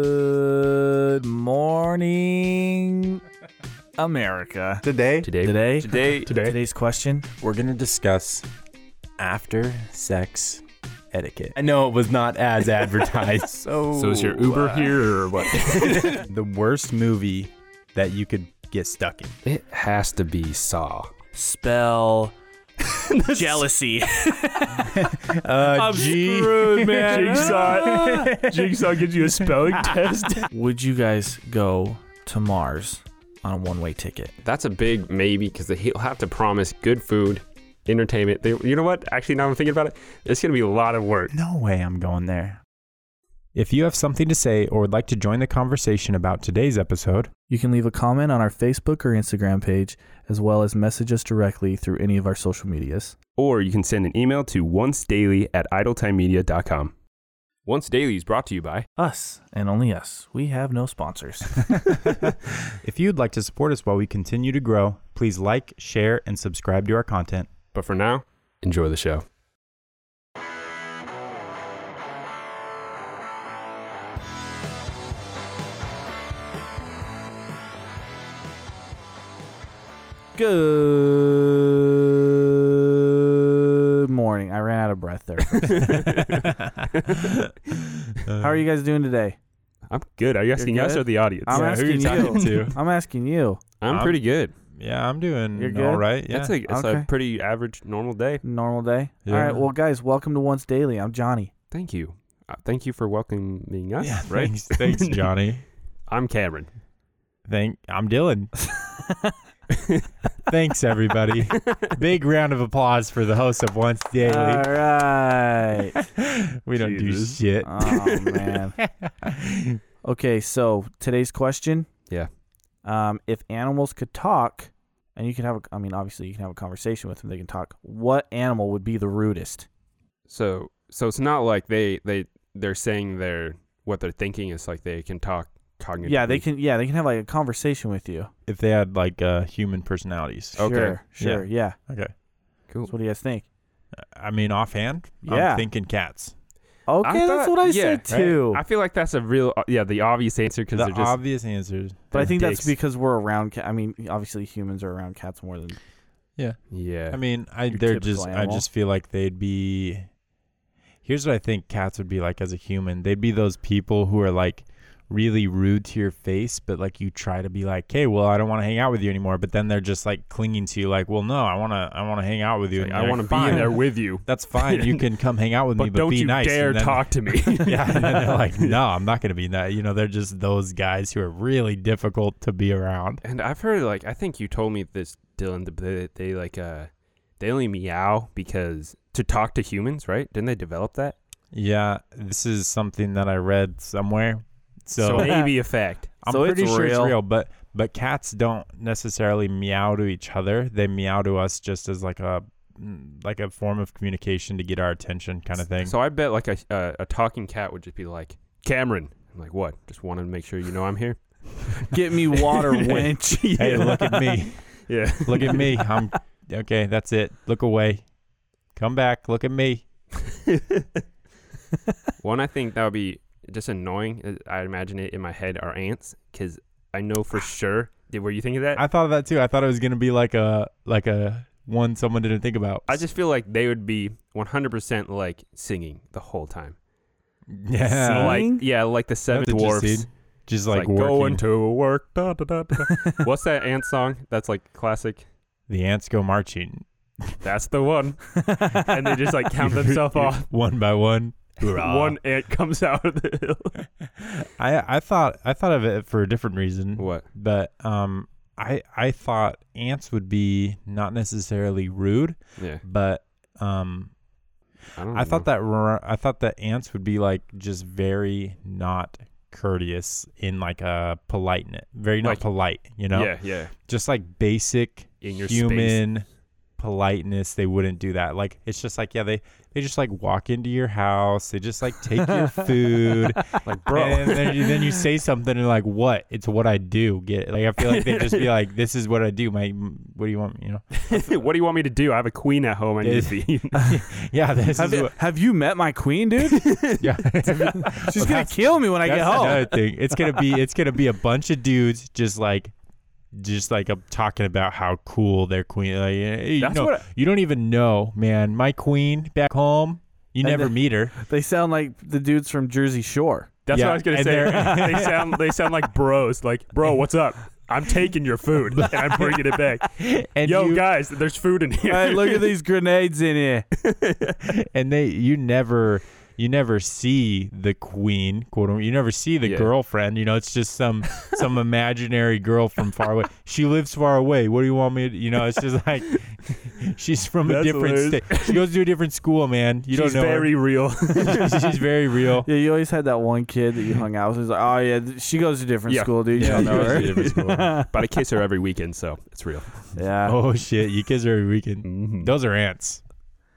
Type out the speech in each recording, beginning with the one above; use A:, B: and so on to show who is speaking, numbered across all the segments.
A: Good morning, America.
B: Today,
C: Today,
A: Today,
D: Today,
A: today's question.
B: we're going to discuss after sex etiquette.
D: I know it was not as advertised.
B: So,
C: So is your Uber
B: uh,
C: here or what?
D: the worst movie that you could get stuck in.
C: it has to be Saw.
A: Spell jealousy.
D: Uh,
A: I'm screwed, man.
C: Jigsaw gives you a spelling test.
A: Would you guys go to Mars on a one-way ticket?
E: That's a big maybe because he'll have to promise good food, entertainment. They, you know what? Actually, now I'm thinking about it, it's going to be a lot of work.
D: no way I'm going there. If you have something to say or would like to join the conversation about today's episode,
A: You can leave a comment on our Facebook or Instagram page, as well as message us directly through any of our social medias.
F: or you can send an email to oncedaily at idletimemedia.com.
E: Once Daily is brought to you by.
A: Us and only us. We have no sponsors.
D: if you'd like to support us while we continue to grow, please like, share, and subscribe to our content.
E: But for now, enjoy the show.
A: Good morning. I ran out of breath there. How are you guys doing today?
F: I'm good. Are you asking
A: You're
F: us
A: good?
F: or the audience?
A: I'm
D: Yeah, who
A: asking
D: you talking
A: you.
D: to?
A: I'm asking you.
E: I'm
F: Um,
E: pretty good.
D: Yeah, I'm doing
A: You're good?
D: all right. Yeah.
F: It's, a, it's
A: Okay.
F: a pretty average, normal day.
A: Normal day. All
D: Yeah.
A: right. Well, guys, welcome to Once Daily. I'm Johnny.
E: Thank you. Uh, thank you for welcoming us.
D: Yeah,
E: right?
D: Thanks, thanks, Johnny.
E: I'm Cameron.
D: Thank I'm Dylan. Thanks everybody. Big round of applause for the host of Once Daily.
A: All right.
D: we don't
F: Jesus.
D: do shit.
A: oh man. Okay. So today's question.
E: Yeah.
A: Um, if animals could talk, and you can have, a, I mean, obviously you can have a conversation with them. They can talk. What animal would be the rudest?
E: So, so it's not like they they they're saying they're what they're thinking is like they can talk cognitively.
A: Yeah, they can. Yeah, they can have like a conversation with you.
D: if they had like uh, human personalities.
E: Okay.
A: Sure. Sure. Yeah.
D: Okay.
E: Cool.
A: So what do you guys think?
D: I mean offhand,
A: Yeah.
D: I'm thinking cats.
A: Okay, that's
E: thought-
A: what I
E: yeah,
A: said too.
E: I feel like that's a real uh, yeah the obvious answer because
D: The
E: they're just
D: obvious answers.
A: but I think that's
E: dicks.
A: because we're around. Ca- I mean, obviously humans are around cats more than.
E: yeah.
D: I mean, I
A: Your
D: they're
A: typical
D: just I
A: animal.
D: just feel like they'd be Here's what I think cats would be like as a human. They'd be those people who are like really rude to your face, but like you try to be like, "Hey, well, I don't want to hang out with you anymore." But then they're just like clinging to you like, "Well, no, I want to I want to hang out with you."
E: Like,
D: And
E: I
D: you're
E: want to be
D: "Fine,
E: in there with you.
D: That's fine. You can come hang out with me,
E: but
D: but
E: don't
D: be
E: you
D: nice. And
E: dare
D: then-
E: talk to me.
D: yeah, and then they're like, no, I'm not going to be that. You know, they're just those guys who are really difficult to be around.
E: And I've heard like I think you told me this, Dylan. th- They, they like uh they only meow because to talk to humans, right? Didn't they develop that?
D: Yeah, this is something that I read somewhere. So,
E: So maybe effect.
D: I'm
A: so it's
D: pretty sure
A: real.
D: it's real, but but cats don't necessarily meow to each other. They meow to us just as like a mm, like a form of communication to get our attention kind of thing.
E: So I bet like a uh, a talking cat would just be like Cameron. I'm like what? Just wanted to make sure you know I'm here.
A: Get me water, wench.
D: hey, look at me.
E: Yeah.
D: Look at me. I'm okay, that's it. Look away. Come back. Look at me.
E: One I think that would be just annoying. is- I imagine it in my head are ants because I know for sure. Did were you thinking that?
D: Ah. I thought of that too. I thought it was gonna be like a like a one someone didn't think about.
E: I just feel like they would be 100% like singing the whole time.
D: yeah,
E: So,
A: Singing?
E: like yeah, like the seven
D: That's
E: dwarfs.
D: interesting. just
E: It's
D: like,
E: like going
D: working.
E: to work. Da, da, da, da. What's that ant song? That's like classic.
D: the ants go marching
E: That's the one. And they just like count themselves off.
D: one by one. Hoorah.
E: One ant comes out of the hill.
D: I I thought I thought of it for a different reason.
E: What?
D: but um i i thought ants would be not necessarily rude
E: Yeah.
D: but um
E: I, don't
D: i thought that ro- i thought that ants would be like just very not courteous in like a polite very not
E: Like-
D: polite you know
E: Yeah, yeah.
D: just like basic
E: In your
D: human politeness they wouldn't do that like it's just like yeah they they just like walk into your house they just like take your food
E: Like, bro.
D: and then, you- then you say something and like what it's what i do get like i feel like they just be like this is what i do my what do you want me-" you know
E: what do you want me to do? I have a queen at home. I need to feed.
D: yeah this
A: Have,
D: is
A: you-
D: what
A: have you met my queen, dude?
D: yeah
A: She's gonna
D: that's-
A: kill me when I get
D: That's
A: home.
D: another thing. It's gonna be it's gonna be a bunch of dudes just like just like I'm talking about how cool their queen. Like, eh, you,
E: That's
D: know,
E: what I-
D: you don't even know, man. My queen back home. You
A: And
D: never
A: the-
D: meet her.
A: They sound like the dudes from Jersey Shore.
E: That's
D: Yeah,
E: what I was gonna
D: and
E: say.
D: they're-
E: they sound they sound like bros. Like, bro, what's up? I'm taking your food and I'm bringing it back.
D: And
E: Yo,
D: you,
E: guys, there's food in here.
A: Hey, look at these grenades in here.
D: and they you never you never see the queen quote unquote. You never see the
E: Yeah.
D: girlfriend. You know, it's just some some imaginary girl from far away. She lives far away. What do you want me to? You know, it's just like she's from a
E: That's
D: different
E: hilarious.
D: state. She goes to a different school, man. You don't
E: She's
D: know. her.
E: very real.
D: She's very real.
A: Yeah, you always had that one kid that you hung out with. He's like, oh yeah, th- she goes to a different
E: Yeah.
A: school, dude. You
D: Yeah,
A: don't
D: she
A: know
D: goes to
A: her.
D: a different school.
E: but I kiss her every weekend, so it's real.
A: yeah.
D: Oh shit, you kids are weekend.
E: Mm-hmm.
D: Those are ants.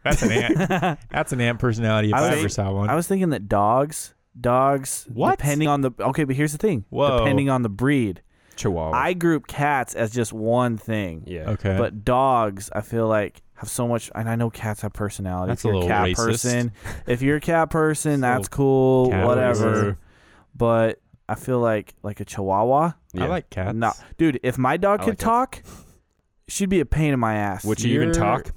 D: That's an ant. That's an ant personality if
A: I
D: I,
A: was-
D: ever saw one.
A: I was thinking that dogs, dogs,
D: What?
A: depending on the okay, but here's the thing.
D: Whoa.
A: Depending on the breed,
D: Oh.
E: Chihuahua.
A: I group cats as just one thing.
E: yeah.
D: okay.
A: But dogs, I feel like have so much. And I know cats have personality.
D: That's
A: if you're
D: a
A: a
D: little
A: cat
D: racist.
A: person, if you're a cat person,
D: It's a
A: that's
D: little
A: cool.
D: cat
A: Whatever.
D: racist.
A: But I feel like like a Chihuahua.
E: Yeah.
D: I like cats.
A: No, dude, if my dog
E: I
A: could
E: like cats.
A: talk, she'd be a pain in my ass.
E: Would she even
D: You're-
E: talk?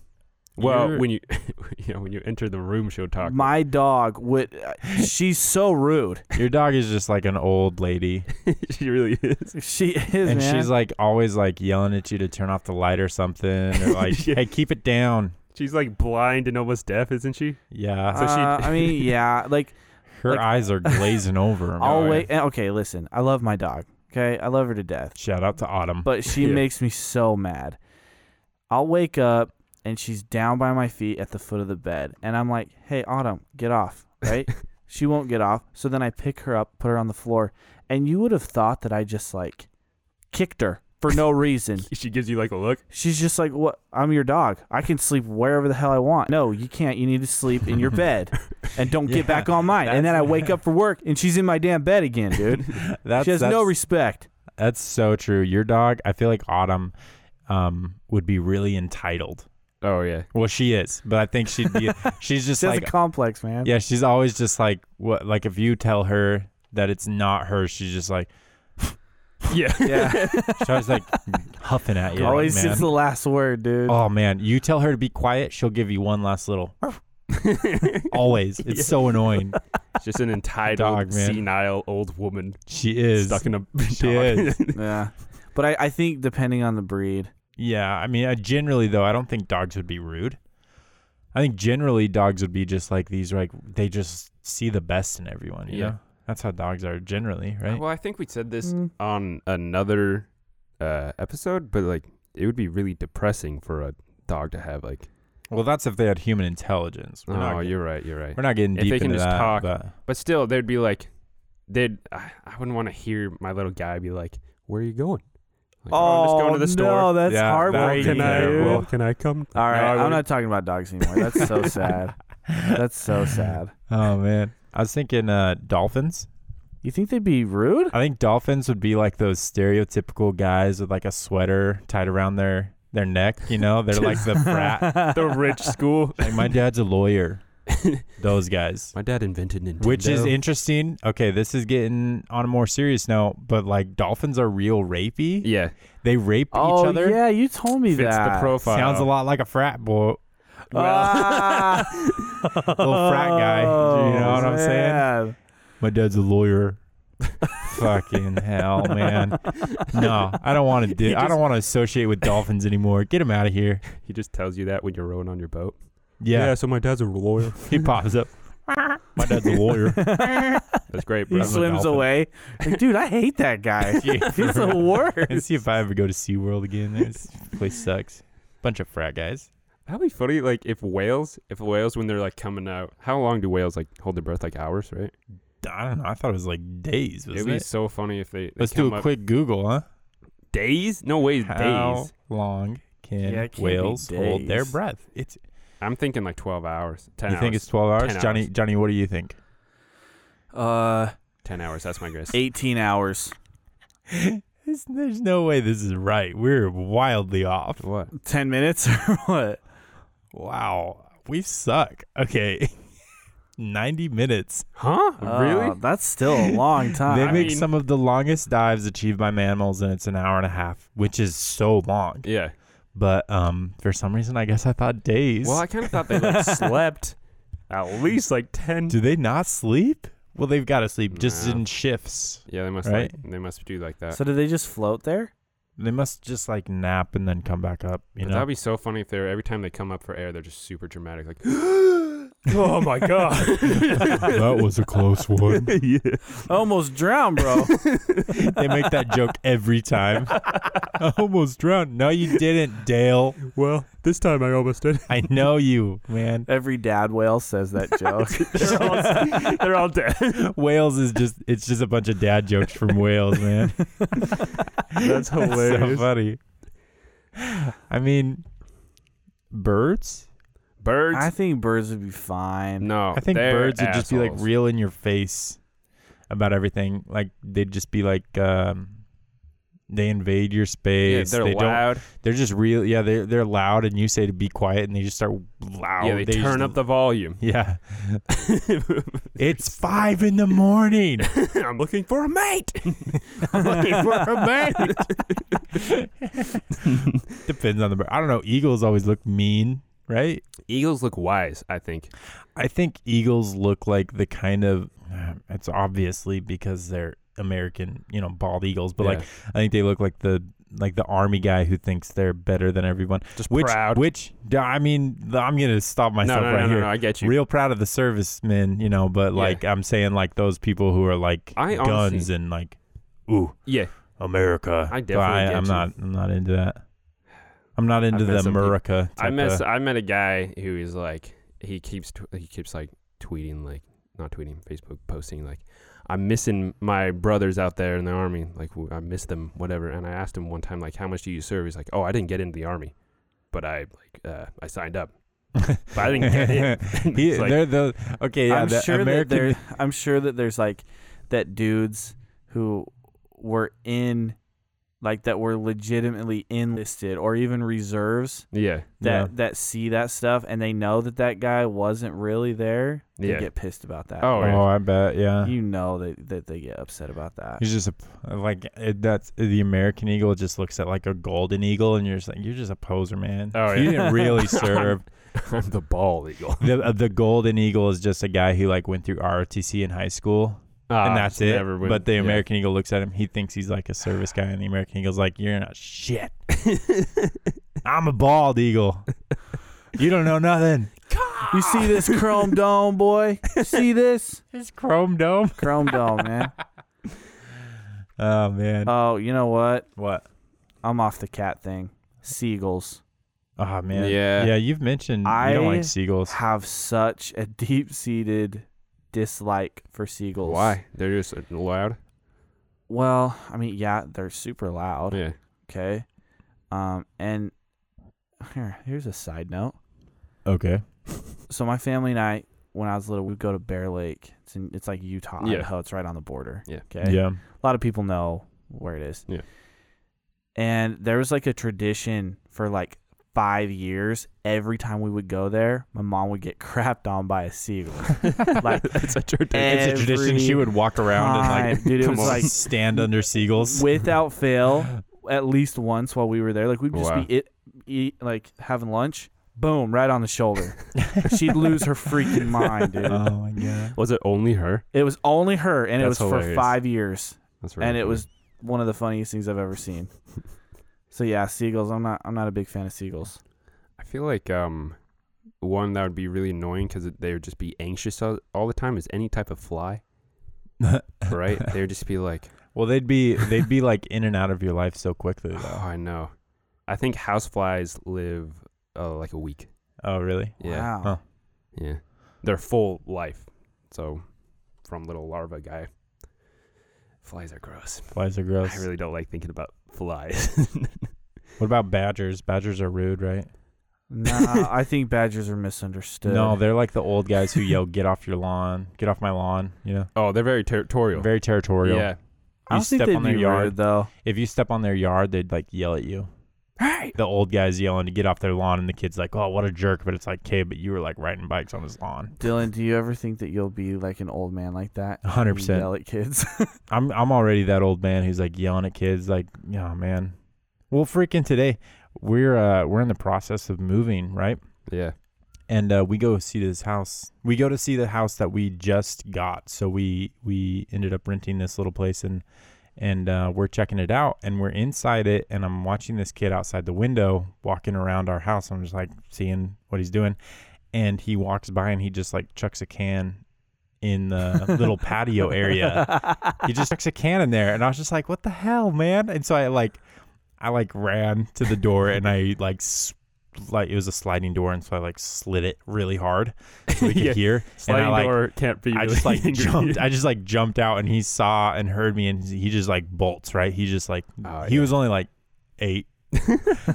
E: Well,
D: you're-
E: when you you know when you enter the room, she'll talk.
A: my dog would. uh, She's so rude.
D: Your dog is just like an old lady,
E: she really is.
A: She is,
D: and
A: man.
D: she's like always like yelling at you to turn off the light or something, or like,
E: Yeah.
D: "Hey, keep it down."
E: She's like blind and almost deaf, isn't she?
D: Yeah,
E: so she-
A: Uh, I mean, yeah, like
D: her
A: like-
D: eyes are glazing over. man.
A: I'll wait. and- Okay, listen, I love my dog. Okay, I love her to death,
D: Shout out to Autumn.
A: but she
E: Yeah.
A: makes me so mad. I'll wake up and she's down by my feet at the foot of the bed, and I'm like, "Hey, Autumn, get off!" Right? she won't get off. So then I pick her up, put her on the floor, and you would have thought that I just like kicked her for no reason.
E: She gives you like a look.
A: She's just like, "What? I'm your dog. I can sleep wherever the hell I want." No, you can't. You need to sleep in your bed, and don't
D: Yeah,
A: get back on mine. And then I wake up for work, and she's in my damn bed again, dude.
D: That's,
A: she has no
D: that's-
A: respect.
D: That's so true. Your dog, I feel like Autumn um, would be really entitled.
E: Oh yeah.
D: Well, she is, but I think she'd be. she's just
A: She has
D: like,
A: a complex, man.
D: yeah, she's always just like, what? Like if you tell her that it's not her, she's just like,
E: Yeah.
A: yeah.
D: she's always like huffing at you. like,
A: Always
D: man.
A: it's the last word, dude.
D: Oh man, you tell her to be quiet, she'll give you one last little. always, it's so annoying.
E: It's just an entitled,
D: Dog, man.
E: senile old woman
D: She is.
E: stuck in a
D: she
E: dog.
D: is.
A: Yeah. But I, I think depending on the breed,
D: Yeah, I mean, uh, generally though, I don't think dogs would be rude. I think generally dogs would be just like these, like they just see the best in everyone. You
E: Yeah.
D: know, that's how dogs are generally, right?
E: Well, I think we said this
A: Mm.
E: on another uh, episode, but like it would be really depressing for a dog to have like.
D: Well, that's if they had human intelligence. We're
E: oh,
D: not,
E: you're right. You're right.
D: we're not getting
E: If
D: deep
E: they can
D: into
E: just
D: that.
E: talk.
D: but-
E: But still, they'd be like, they'd. I, I wouldn't want to hear my little guy be like, "Where are you going?" Like, "Oh, I'm just going to the
A: No,
E: store.
A: that's
D: Yeah,
A: heartbreaking,
D: that'd be terrible.
A: dude.
D: well,
E: can I come?
A: All right, I'm not talking about dogs anymore. That's so sad. That's so sad.
D: Oh man, I was thinking uh, dolphins.
A: You think they'd be rude?
D: I think dolphins would be like those stereotypical guys with like a sweater tied around their their neck. You know, they're like the frat.
E: the rich school.
D: Like my dad's a lawyer. Those guys.
E: My dad invented Nintendo,
D: Which is interesting. Okay, this is getting on a more serious note, but like dolphins are real rapey.
E: yeah,
D: They rape
A: Oh
D: each other.
A: yeah, you told me
E: fits
A: that.
E: the profile.
D: Sounds a lot like a frat boy.
A: Ah.
D: Little frat guy, you know what I'm saying?
A: man.
D: My dad's a lawyer. Fucking hell, man. No, I don't want to do
E: He
D: I
E: just-
D: don't want to associate with dolphins anymore. Get him out of here.
E: He just tells you that when you're rowing on your boat.
D: Yeah.
E: so my dad's a lawyer.
D: He pops up. My dad's a lawyer.
E: That's great,
A: He
E: bro.
D: Brother
A: swims
D: dolphin.
A: away. Like, dude, I hate that guy. He's the
D: and
A: worst.
D: see if I ever go to SeaWorld again. This place sucks. Bunch of frat guys.
E: That'd be funny, like if whales, if whales when they're like coming out, how long do whales like hold their breath? Like hours, right?
D: I don't know. I thought it was like days.
E: It'd
D: Wasn't
E: be
D: it?
E: so funny if they. they
D: Let's
E: come
D: do a
E: up-
D: quick Google, huh?
E: days. No way,
D: How
E: days.
D: long can
A: Yeah, it can't be
D: whales hold their
A: days.
D: breath? It's
E: I'm thinking like 12 hours. 10
D: you
E: hours.
D: think it's twelve hours,
E: 10
D: Johnny?
E: hours.
D: Johnny, what do you think?
A: Uh,
E: 10 hours. That's my guess.
A: 18 hours.
D: It's, there's no way this is right. We're wildly off.
E: What?
A: 10 minutes or what?
D: Wow, we suck. Okay, ninety minutes.
E: Huh?
D: Uh,
A: Oh, that's still a long time.
D: They
E: I
D: make
E: mean-
D: some of the longest dives achieved by mammals, and it's an hour and a half, which is so long.
E: yeah.
D: But um, for some reason, I guess I thought days.
E: Well, I kind of thought they like slept at least like 10.
D: do they not sleep? Well, they've got to sleep just
E: No.
D: in shifts.
E: Yeah, they must
D: Right?
E: like, they must do like that.
A: so did they just float there?
D: They must just like nap and then come back up. You
E: but
D: know,
E: that'd be so funny if they were every time they come up for air, they're just super dramatic, like, "Oh my god,
D: that was a close one.
A: I almost drowned, bro.
D: they make that joke every time. I almost drowned. No, you didn't, Dale.
E: Well, this time I almost did.
D: I know you, man.
A: Every dad whale says that joke.
C: They're all, they're all dead.
D: Wales is just it's just a bunch of dad jokes from Wales, man.
C: That's
D: so
C: hilarious.
D: funny. I mean birds?
E: Birds?
A: I think birds would be fine.
E: no,
D: I think
E: Oh, they're
D: birds would just be like
E: assholes.
D: real in your face about everything. Like they'd just be like um they invade your
E: Yeah,
D: space.
E: they're
D: they don't
E: loud.
D: they're just real yeah, they're they're loud and you say to be quiet and they just start loud.
E: yeah, they,
D: just
E: turn up the volume.
D: Yeah. it's five in the morning.
E: I'm looking for a mate.
D: Depends on the bird. I don't know. Eagles always look mean, right?
E: Eagles look wise, I think.
D: I think eagles look like the kind of. uh, It's obviously because they're American, you know, bald eagles. But like, I think they look like the like the army guy who thinks they're better than everyone.
E: just
D: Which,
E: proud.
D: which I mean, I'm gonna stop
E: no,
D: myself
E: no, no,
D: right
E: no,
D: here.
E: no, I get you.
D: Real proud of the servicemen, you know, but
E: Yeah.
D: like I'm saying, like those people who are like
E: I
D: guns
E: honestly-
D: and like, ooh,
E: yeah,
D: America.
E: I
D: But
E: definitely
D: I,
E: get
D: I'm
E: you.
D: not. I'm not into that. I'm not into
E: met
D: the
E: some peop-
D: America.
E: I
D: type
E: met
D: of-
E: I met a guy who is like he keeps tw- he keeps like tweeting like not tweeting Facebook posting like I'm missing my brothers out there in the army like w- I miss them whatever and I asked him one time like how much do you serve he's like oh I didn't get into the army but I like uh, I signed up but I didn't get in
D: He-
E: It's like-
D: they're the okay. Yeah,
A: I'm
D: the
A: sure
D: American.
A: that there. I'm sure that there's like that dudes who were in, like that were legitimately enlisted or even reserves
E: yeah
D: yeah.
A: that that see that stuff and they know that that guy wasn't really there. They
E: Yeah.
A: get pissed about that.
E: Oh,
D: Oh, I bet. Yeah,
A: you know that that they get upset about that.
D: he's just a like it, that's the American eagle. Just looks at like a golden eagle, and you're just like you're just a poser, man.
E: Oh,
D: You
E: yeah.
D: didn't really serve.
E: I'm the ball eagle
D: the uh, The golden eagle is just a guy who like went through ROTC in high school,
E: Ah,
D: and that's it. but the American eagle looks at him. He thinks he's like a service guy, and the American eagle's like, "You're not shit. I'm a bald eagle. You don't know nothing."
A: You see this chrome dome, boy? You see this
D: It's chrome dome.
A: chrome dome, man?
D: Oh man.
A: Oh, you know what?
D: what?
A: I'm off the cat thing. Seagulls
D: Oh man.
E: Yeah.
D: Yeah, you've mentioned you don't
A: I-
D: like seagulls.
A: have such a deep seated dislike for seagulls.
E: why they're just uh, loud
A: Well, I mean, yeah, they're super loud.
E: yeah
A: Okay. Um, and here, here's a side note.
D: Okay.
A: So my family and I, when I was little, we'd go to Bear Lake. It's in, it's like Utah,
E: Yeah.
A: Idaho. It's right on the border.
E: Yeah.
A: Okay.
D: Yeah.
A: a lot of people know where it is.
E: Yeah.
A: And there was like a tradition for like five years. Every time we would go there, my mom would get crapped on by a seagull. like
E: that's a church
D: It's a tradition. She
A: every
D: would walk around and
A: time,
D: like,
A: dude, it
D: come
A: was
D: on,
A: like
D: stand under seagulls.
A: without fail, at least once while we were there. Like we'd just
E: Wow.
A: be it, eat like having lunch. Boom! Right on the shoulder. She'd lose her freaking mind, dude.
D: oh my god.
E: was it only her
A: It was only her, and
E: That's
A: it was
E: hilarious.
A: for five years.
E: that's
A: and it was one of the funniest things I've ever seen. so yeah, seagulls. I'm not. I'm not a big fan of seagulls.
E: I feel like um, one that would be really annoying because they would just be anxious all, all the time is any type of fly, right? they would just be like,
D: Well, they'd be they'd be like in and out of your life so quickly
E: oh,
D: though.
E: I know. I think houseflies live uh, like a week.
D: Oh really?
E: Yeah.
A: Wow.
D: Huh.
E: Yeah. Their full life. So from little larva guy, flies are gross.
D: Flies are gross.
E: I really don't like thinking about flies.
D: What about badgers? Badgers are rude, right?
A: Nah, I think badgers are misunderstood.
D: No, they're like the old guys who yell, "Get off your lawn! Get off my lawn!" You know,
E: Oh, they're very territorial.
D: very territorial.
E: Yeah.
A: I don't
D: you
A: think
D: step
A: they'd
D: on their
A: be
D: yard.
A: rude though.
D: If you step on their yard, they'd like yell at you.
E: Hey.
D: The old guys yelling to get off their lawn, and the kid's like, "Oh, what a jerk!" But it's like, "Okay, but you were like riding bikes on his lawn."
A: Dylan, do you ever think that you'll be like an old man like that?
D: A hundred
A: You
D: percent.
A: Yell at kids.
D: I'm I'm already that old man who's like yelling at kids like, yeah, man. Well, freaking today, we're uh we're in the process of moving, right?
E: Yeah.
D: And uh, we go see this house. We go to see the house that we just got. So we we ended up renting this little place and and uh, we're checking it out and we're inside it and I'm watching this kid outside the window walking around our house. I'm just like seeing what he's doing, and he walks by and he just like chucks a can in the little patio area he just chucks a can in there and i was just like what the hell man and so i like i like ran to the door and i like s- like it was a sliding door and so i like slid it really hard so we could
E: Yeah.
D: hear
E: Sliding
D: and i like
E: door can't be.
D: i
E: really
D: just like
E: angry.
D: jumped i just like jumped out and he saw and heard me and he just like bolts right he just like
E: Oh,
D: he
E: yeah.
D: was only like eight so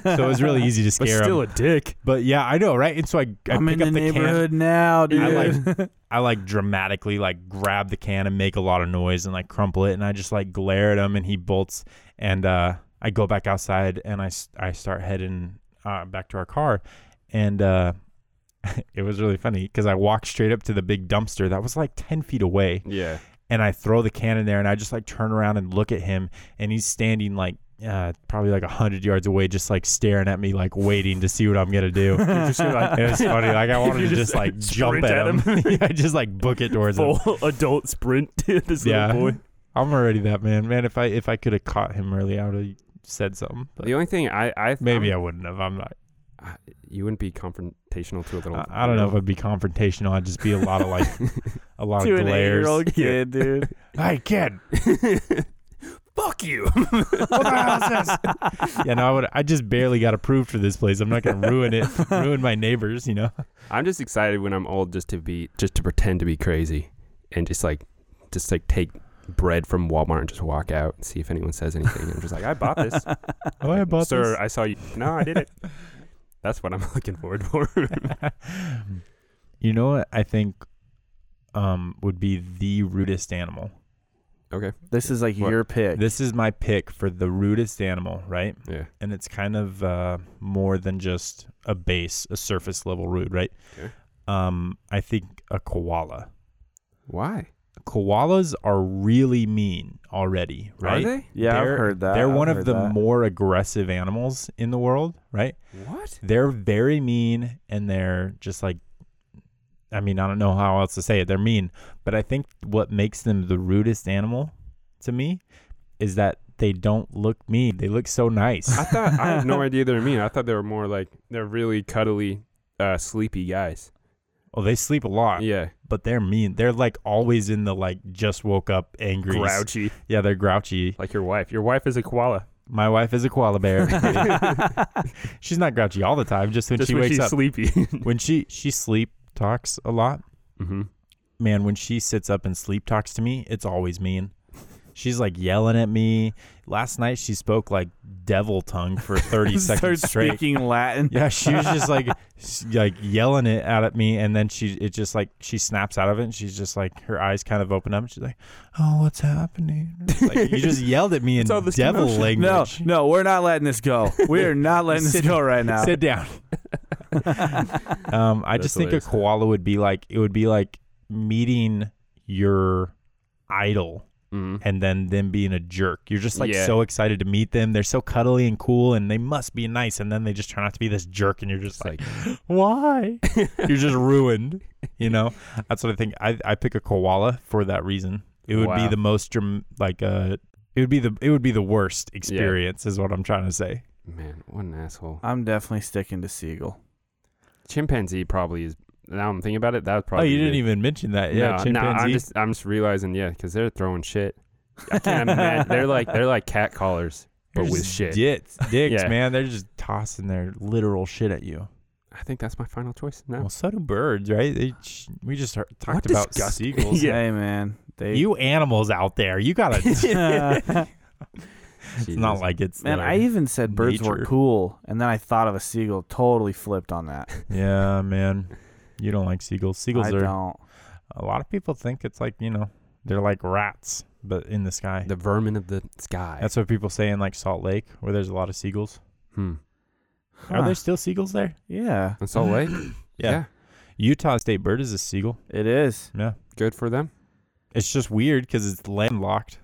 D: it was really easy to
E: But
D: scare
E: still
D: him
E: a dick.
D: but yeah i know right and so i, I
A: I'm in
D: pick
A: the
D: up the can
A: neighborhood now, dude.
D: I like I like dramatically like grab the can and make a lot of noise and like crumple it and I just like glare at him and he bolts and uh I go back outside and I s- I start heading uh back to our car and uh it was really funny because I walked straight up to the big dumpster that was like 10 feet away
E: Yeah.
D: and I throw the can in there and I just like turn around and look at him and he's standing like uh, probably like a hundred yards away, just like staring at me, like waiting to see what I'm gonna do.
C: just gonna, like-
D: it was funny. Like I wanted
C: You
D: to just,
C: just,
D: like jump
C: sprint
D: at,
C: at
D: him. I just like book it towards him.
C: full adult sprint to this
D: Yeah.
C: little boy.
D: I'm already that man, man. If I if I could have caught him early, I would have said something. But
E: The only thing I, I
D: maybe
E: I'm-
D: I wouldn't have. I'm not.
E: I- you wouldn't be confrontational to a little.
D: I, I don't know if I'd be confrontational. I'd just be a lot of like a lot
A: to
D: of
A: an
D: glares.
A: eight-year-old kid, dude.
D: Hey kid,
E: Fuck you.
D: what the hell is this? yeah, no, I would. I just barely got approved for this place. I'm not gonna ruin it. ruin my neighbors. You know.
E: I'm just excited when I'm old just to be just to pretend to be crazy and just like just like take bread from Walmart and just walk out and see if anyone says anything. I'm just like, I bought this.
D: Oh, I bought
E: Sir,
D: this.
E: I saw you. No, I didn't. That's what I'm looking forward for.
D: you know what I think um, would be the rudest animal.
E: okay.
A: This is like
E: What?
A: your pick.
D: This is my pick for the rudest animal, right?
E: Yeah.
D: And it's kind of uh, more than just a base, a surface level rude, right?
E: Okay.
D: Um, I think a koala.
E: Why?
D: Koalas are really mean already, right?
E: Are they?
A: yeah, I've
D: They're-
A: heard that.
D: They're
A: I've
D: one of
A: heard
D: the
A: that.
D: more aggressive animals in the world, right?
E: What?
D: they're very mean and they're just like I mean, I don't know how else to say it. They're mean, but I think what makes them the rudest animal to me is that they don't look mean. They look so nice.
E: I thought I had no idea they were mean. I thought they were more like they're really cuddly, uh, sleepy guys.
D: oh, they sleep a lot,
E: Yeah.
D: but they're mean. They're like always in the like just woke up angry.
C: Grouchy.
D: Yeah, they're grouchy.
E: Like your wife. Your wife is a koala.
D: My wife is a koala bear. She's not grouchy all the time, just when
C: Just
D: she
C: when
D: wakes
C: she's
D: up.
C: sleepy.
D: when she she sleep talks a lot.
E: Mm-hmm.
D: man, when she sits up and sleep talks to me, it's always mean. She's like yelling at me. Last night she spoke like devil tongue for 30
A: Start
D: seconds straight.
A: speaking Latin.
D: Yeah, she was just like s- like yelling it out at me and then she it just like she snaps out of it and she's just like her eyes kind of open up. and She's like, "Oh, what's happening?" It's Like you just yelled at me in
E: It's all this
D: devil
E: commotion.
A: No,
D: language.
A: no, we're not letting this go. We are not letting this
D: Sit-
A: go right now.
D: Sit down. um, I
E: That's
D: just think
E: hilarious.
D: a koala would be like it would be like meeting your idol
E: Mm-hmm.
D: and then them being a jerk. You're just like
E: Yeah.
D: so excited to meet them. They're so cuddly and cool and they must be nice. And then they just turn out to be this jerk and you're just
E: It's
D: like,
E: like
D: why? you're just ruined. You know? That's what I think. I, I pick a koala for that reason. It would be
E: Wow.
D: the most dram- like uh it would be the it would be the worst experience is what I'm trying to say.
E: Man, what an asshole.
A: I'm definitely sticking to Siegel.
E: Chimpanzee probably is. Now I'm thinking about it. That would
D: Oh,
E: probably.
D: you
E: be-
D: didn't even mention that. Yeah,
E: no, no,
D: chimpanzee.
E: I'm just I'm just realizing, yeah, because they're throwing shit. I can't imagine. They're like they're like cat callers,
D: They're
E: but with
D: just
E: shit.
D: Dicks, dicks
E: Yeah.
D: man. They're just tossing their literal shit at you.
E: I think that's my final choice
D: Well,
E: now.
D: so do birds, right? They, sh- we just heard, talked
E: What
D: about
E: disgust-
D: seagulls.
A: Hey man, they
D: You animals out there, you gotta It's not like it's
A: Man,
D: the-
A: I even said birds were
D: nature.
A: cool, and then I thought of a seagull. Totally flipped on that.
D: yeah, man. You don't like seagulls. Seagulls
A: I
D: are
A: don't.
D: a lot of people think it's like you know they're like rats, but in the sky.
E: the vermin of the sky.
D: That's what people say in like Salt Lake, where there's a lot of seagulls.
E: hmm.
A: Huh.
D: Are there still seagulls there?
A: Yeah,
E: That's all right.
D: Utah state bird is a seagull.
A: it is.
D: Yeah,
E: Good for them.
D: it's just weird because it's landlocked.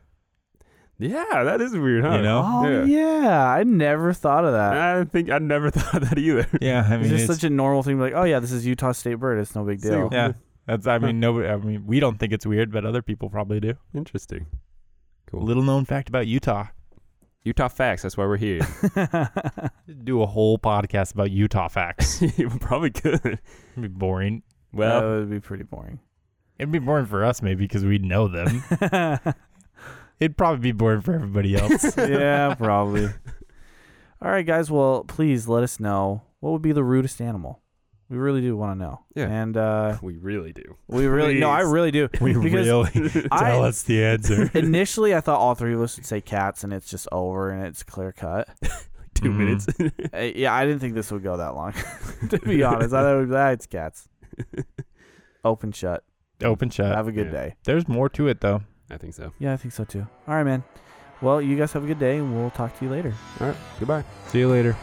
F: Yeah, that is weird, huh?
D: You know?
A: Oh yeah. I never thought of
E: Uh,
A: that.
F: I think I never thought that either.
D: Yeah, I mean,
A: it's
D: it's,
A: just such a normal thing. to be Like, oh yeah, this is Utah State bird. It's no big deal.
F: Seagull.
D: yeah. That's I mean, nobody. I mean, we don't think it's weird, but other people probably do.
E: Interesting. Cool.
D: Little known fact about Utah.
E: Utah facts. That's why we're here.
D: Do a whole podcast about Utah facts.
F: Probably could.
D: It'd be boring.
A: that
F: Well,
A: would be pretty boring.
D: It'd be boring for us maybe because we know them. It'd probably be boring for everybody else.
A: yeah, probably. All right, guys. Well, please let us know what would be the rudest animal. We really do want to know.
E: Yeah.
A: And uh,
E: we really do.
A: we really no, I
F: Please.
A: really do.
D: we
A: Because
D: really tell
A: I-
D: us the answer.
A: Initially, I thought all three of us would say cats, and it's just over, and it's clear cut.
F: two
E: Mm-hmm.
D: Mm.
F: minutes.
A: Uh, yeah, I didn't think this would go that long. to be honest, I thought it would be, ah, it's cats. Open shut.
D: Open shut.
A: have a good
E: yeah.
A: day.
D: There's more to it though.
E: I think so.
A: Yeah, I think so too. All right, man. Well, you guys have a good day, and we'll talk to you later.
E: All right. Goodbye.
D: See you later.